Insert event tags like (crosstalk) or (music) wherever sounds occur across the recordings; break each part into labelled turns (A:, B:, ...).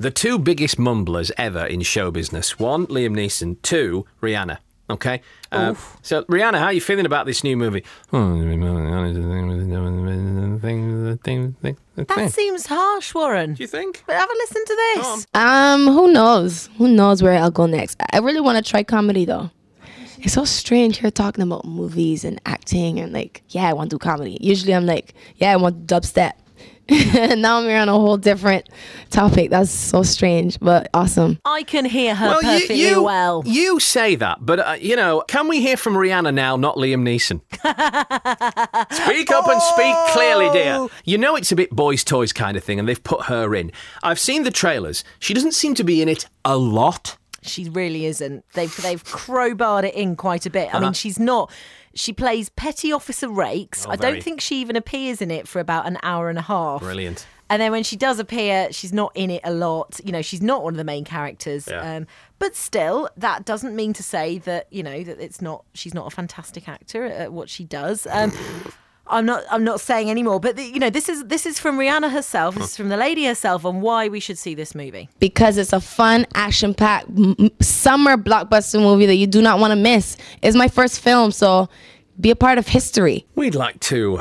A: The two biggest mumblers ever in show business. One, Liam Neeson. Two, Rihanna. Okay. Uh, so, Rihanna, how are you feeling about this new movie?
B: That
A: Do
B: seems harsh, Warren.
A: Hmm. you think?
B: But have a listen to this.
A: Go on.
C: Um, who knows? Who knows where I'll go next? I really want to try comedy though. It's so strange here talking about movies and acting and like, yeah, I want to do comedy. Usually I'm like, yeah, I want to dubstep. (laughs) now I'm here on a whole different topic. That's so strange, but awesome.
B: I can hear her perfectly
A: you, you,
B: well.
A: you say that, but uh, you know, can we hear from Rihanna now, not Liam
B: (laughs)
A: Neeson? speak up and speak clearly,
B: Oh.
A: dear. You know it's a bit boys' toys kind of thing, and they've put her in. I've seen the trailers. She doesn't seem to be in it a lot.
B: She really isn't. They've they've crowbarred it in quite a bit. I
A: Uh-huh.
B: mean, she's not. She plays Petty Officer Rakes. I
A: Oh, very.
B: don't think she even appears in it for about an hour and a half.
A: Brilliant.
B: And then when she does appear, she's not in it a lot. You know, she's not one of the main characters.
A: Yeah.
B: Um, but still, that doesn't mean to say that you know that it's not. She's not a fantastic actor at, at what she does. Um, (laughs) I'm not. I'm not saying anymore. But the, you know, this is this is from Rihanna herself. This is from the lady herself on why we should see this movie.
C: Because it's a fun, action packed summer blockbuster movie that you do not want to miss. It's my first film, so be a part of history.
A: We'd like to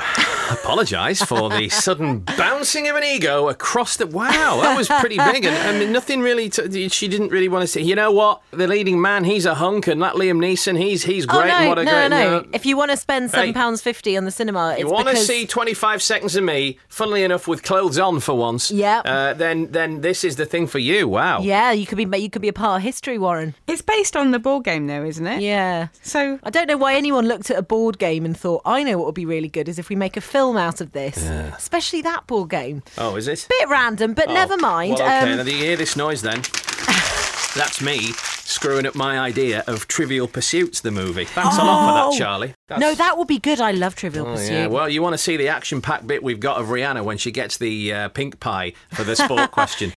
A: apologise for
B: (laughs)
A: the sudden bouncing of an ego across the. Wow, that was pretty big, and I mean, nothing really. To, she didn't really want to see. You know what? The leading man, he's a hunk, and that Liam Neeson, he's he's great.
B: oh
A: and
B: no,
A: what a
B: no,
A: great,
B: no, If you want to spend
A: Hey.
B: seven pounds fifty on the cinema, it's
A: you want to
B: because
A: see 25 seconds of me, funnily enough, with clothes on for once,
B: Yep.
A: uh, then then this is the thing for you. Wow.
B: yeah, you could be you could be a part of history, Warren.
D: It's based on the board game, though, isn't it?
B: Yeah.
D: So
B: I don't know why anyone looked at a board game and thought, I know what would be really good is if we make a film out of this, especially that board game.
A: Oh, is it?
B: Bit random, but
A: Oh,
B: never mind.
A: Well, okay,
B: Um,
A: now do you hear this noise
B: (laughs)
A: then? That's me screwing up my idea of Trivial Pursuits, the movie. Thanks a lot for that, Charlie. That's-
B: Oh. no, that would be good. I love Trivial
A: Oh,
B: Pursuit.
A: yeah, well, you want to see the action-packed bit we've got of Rihanna when she gets the uh, pink pie for the sport question.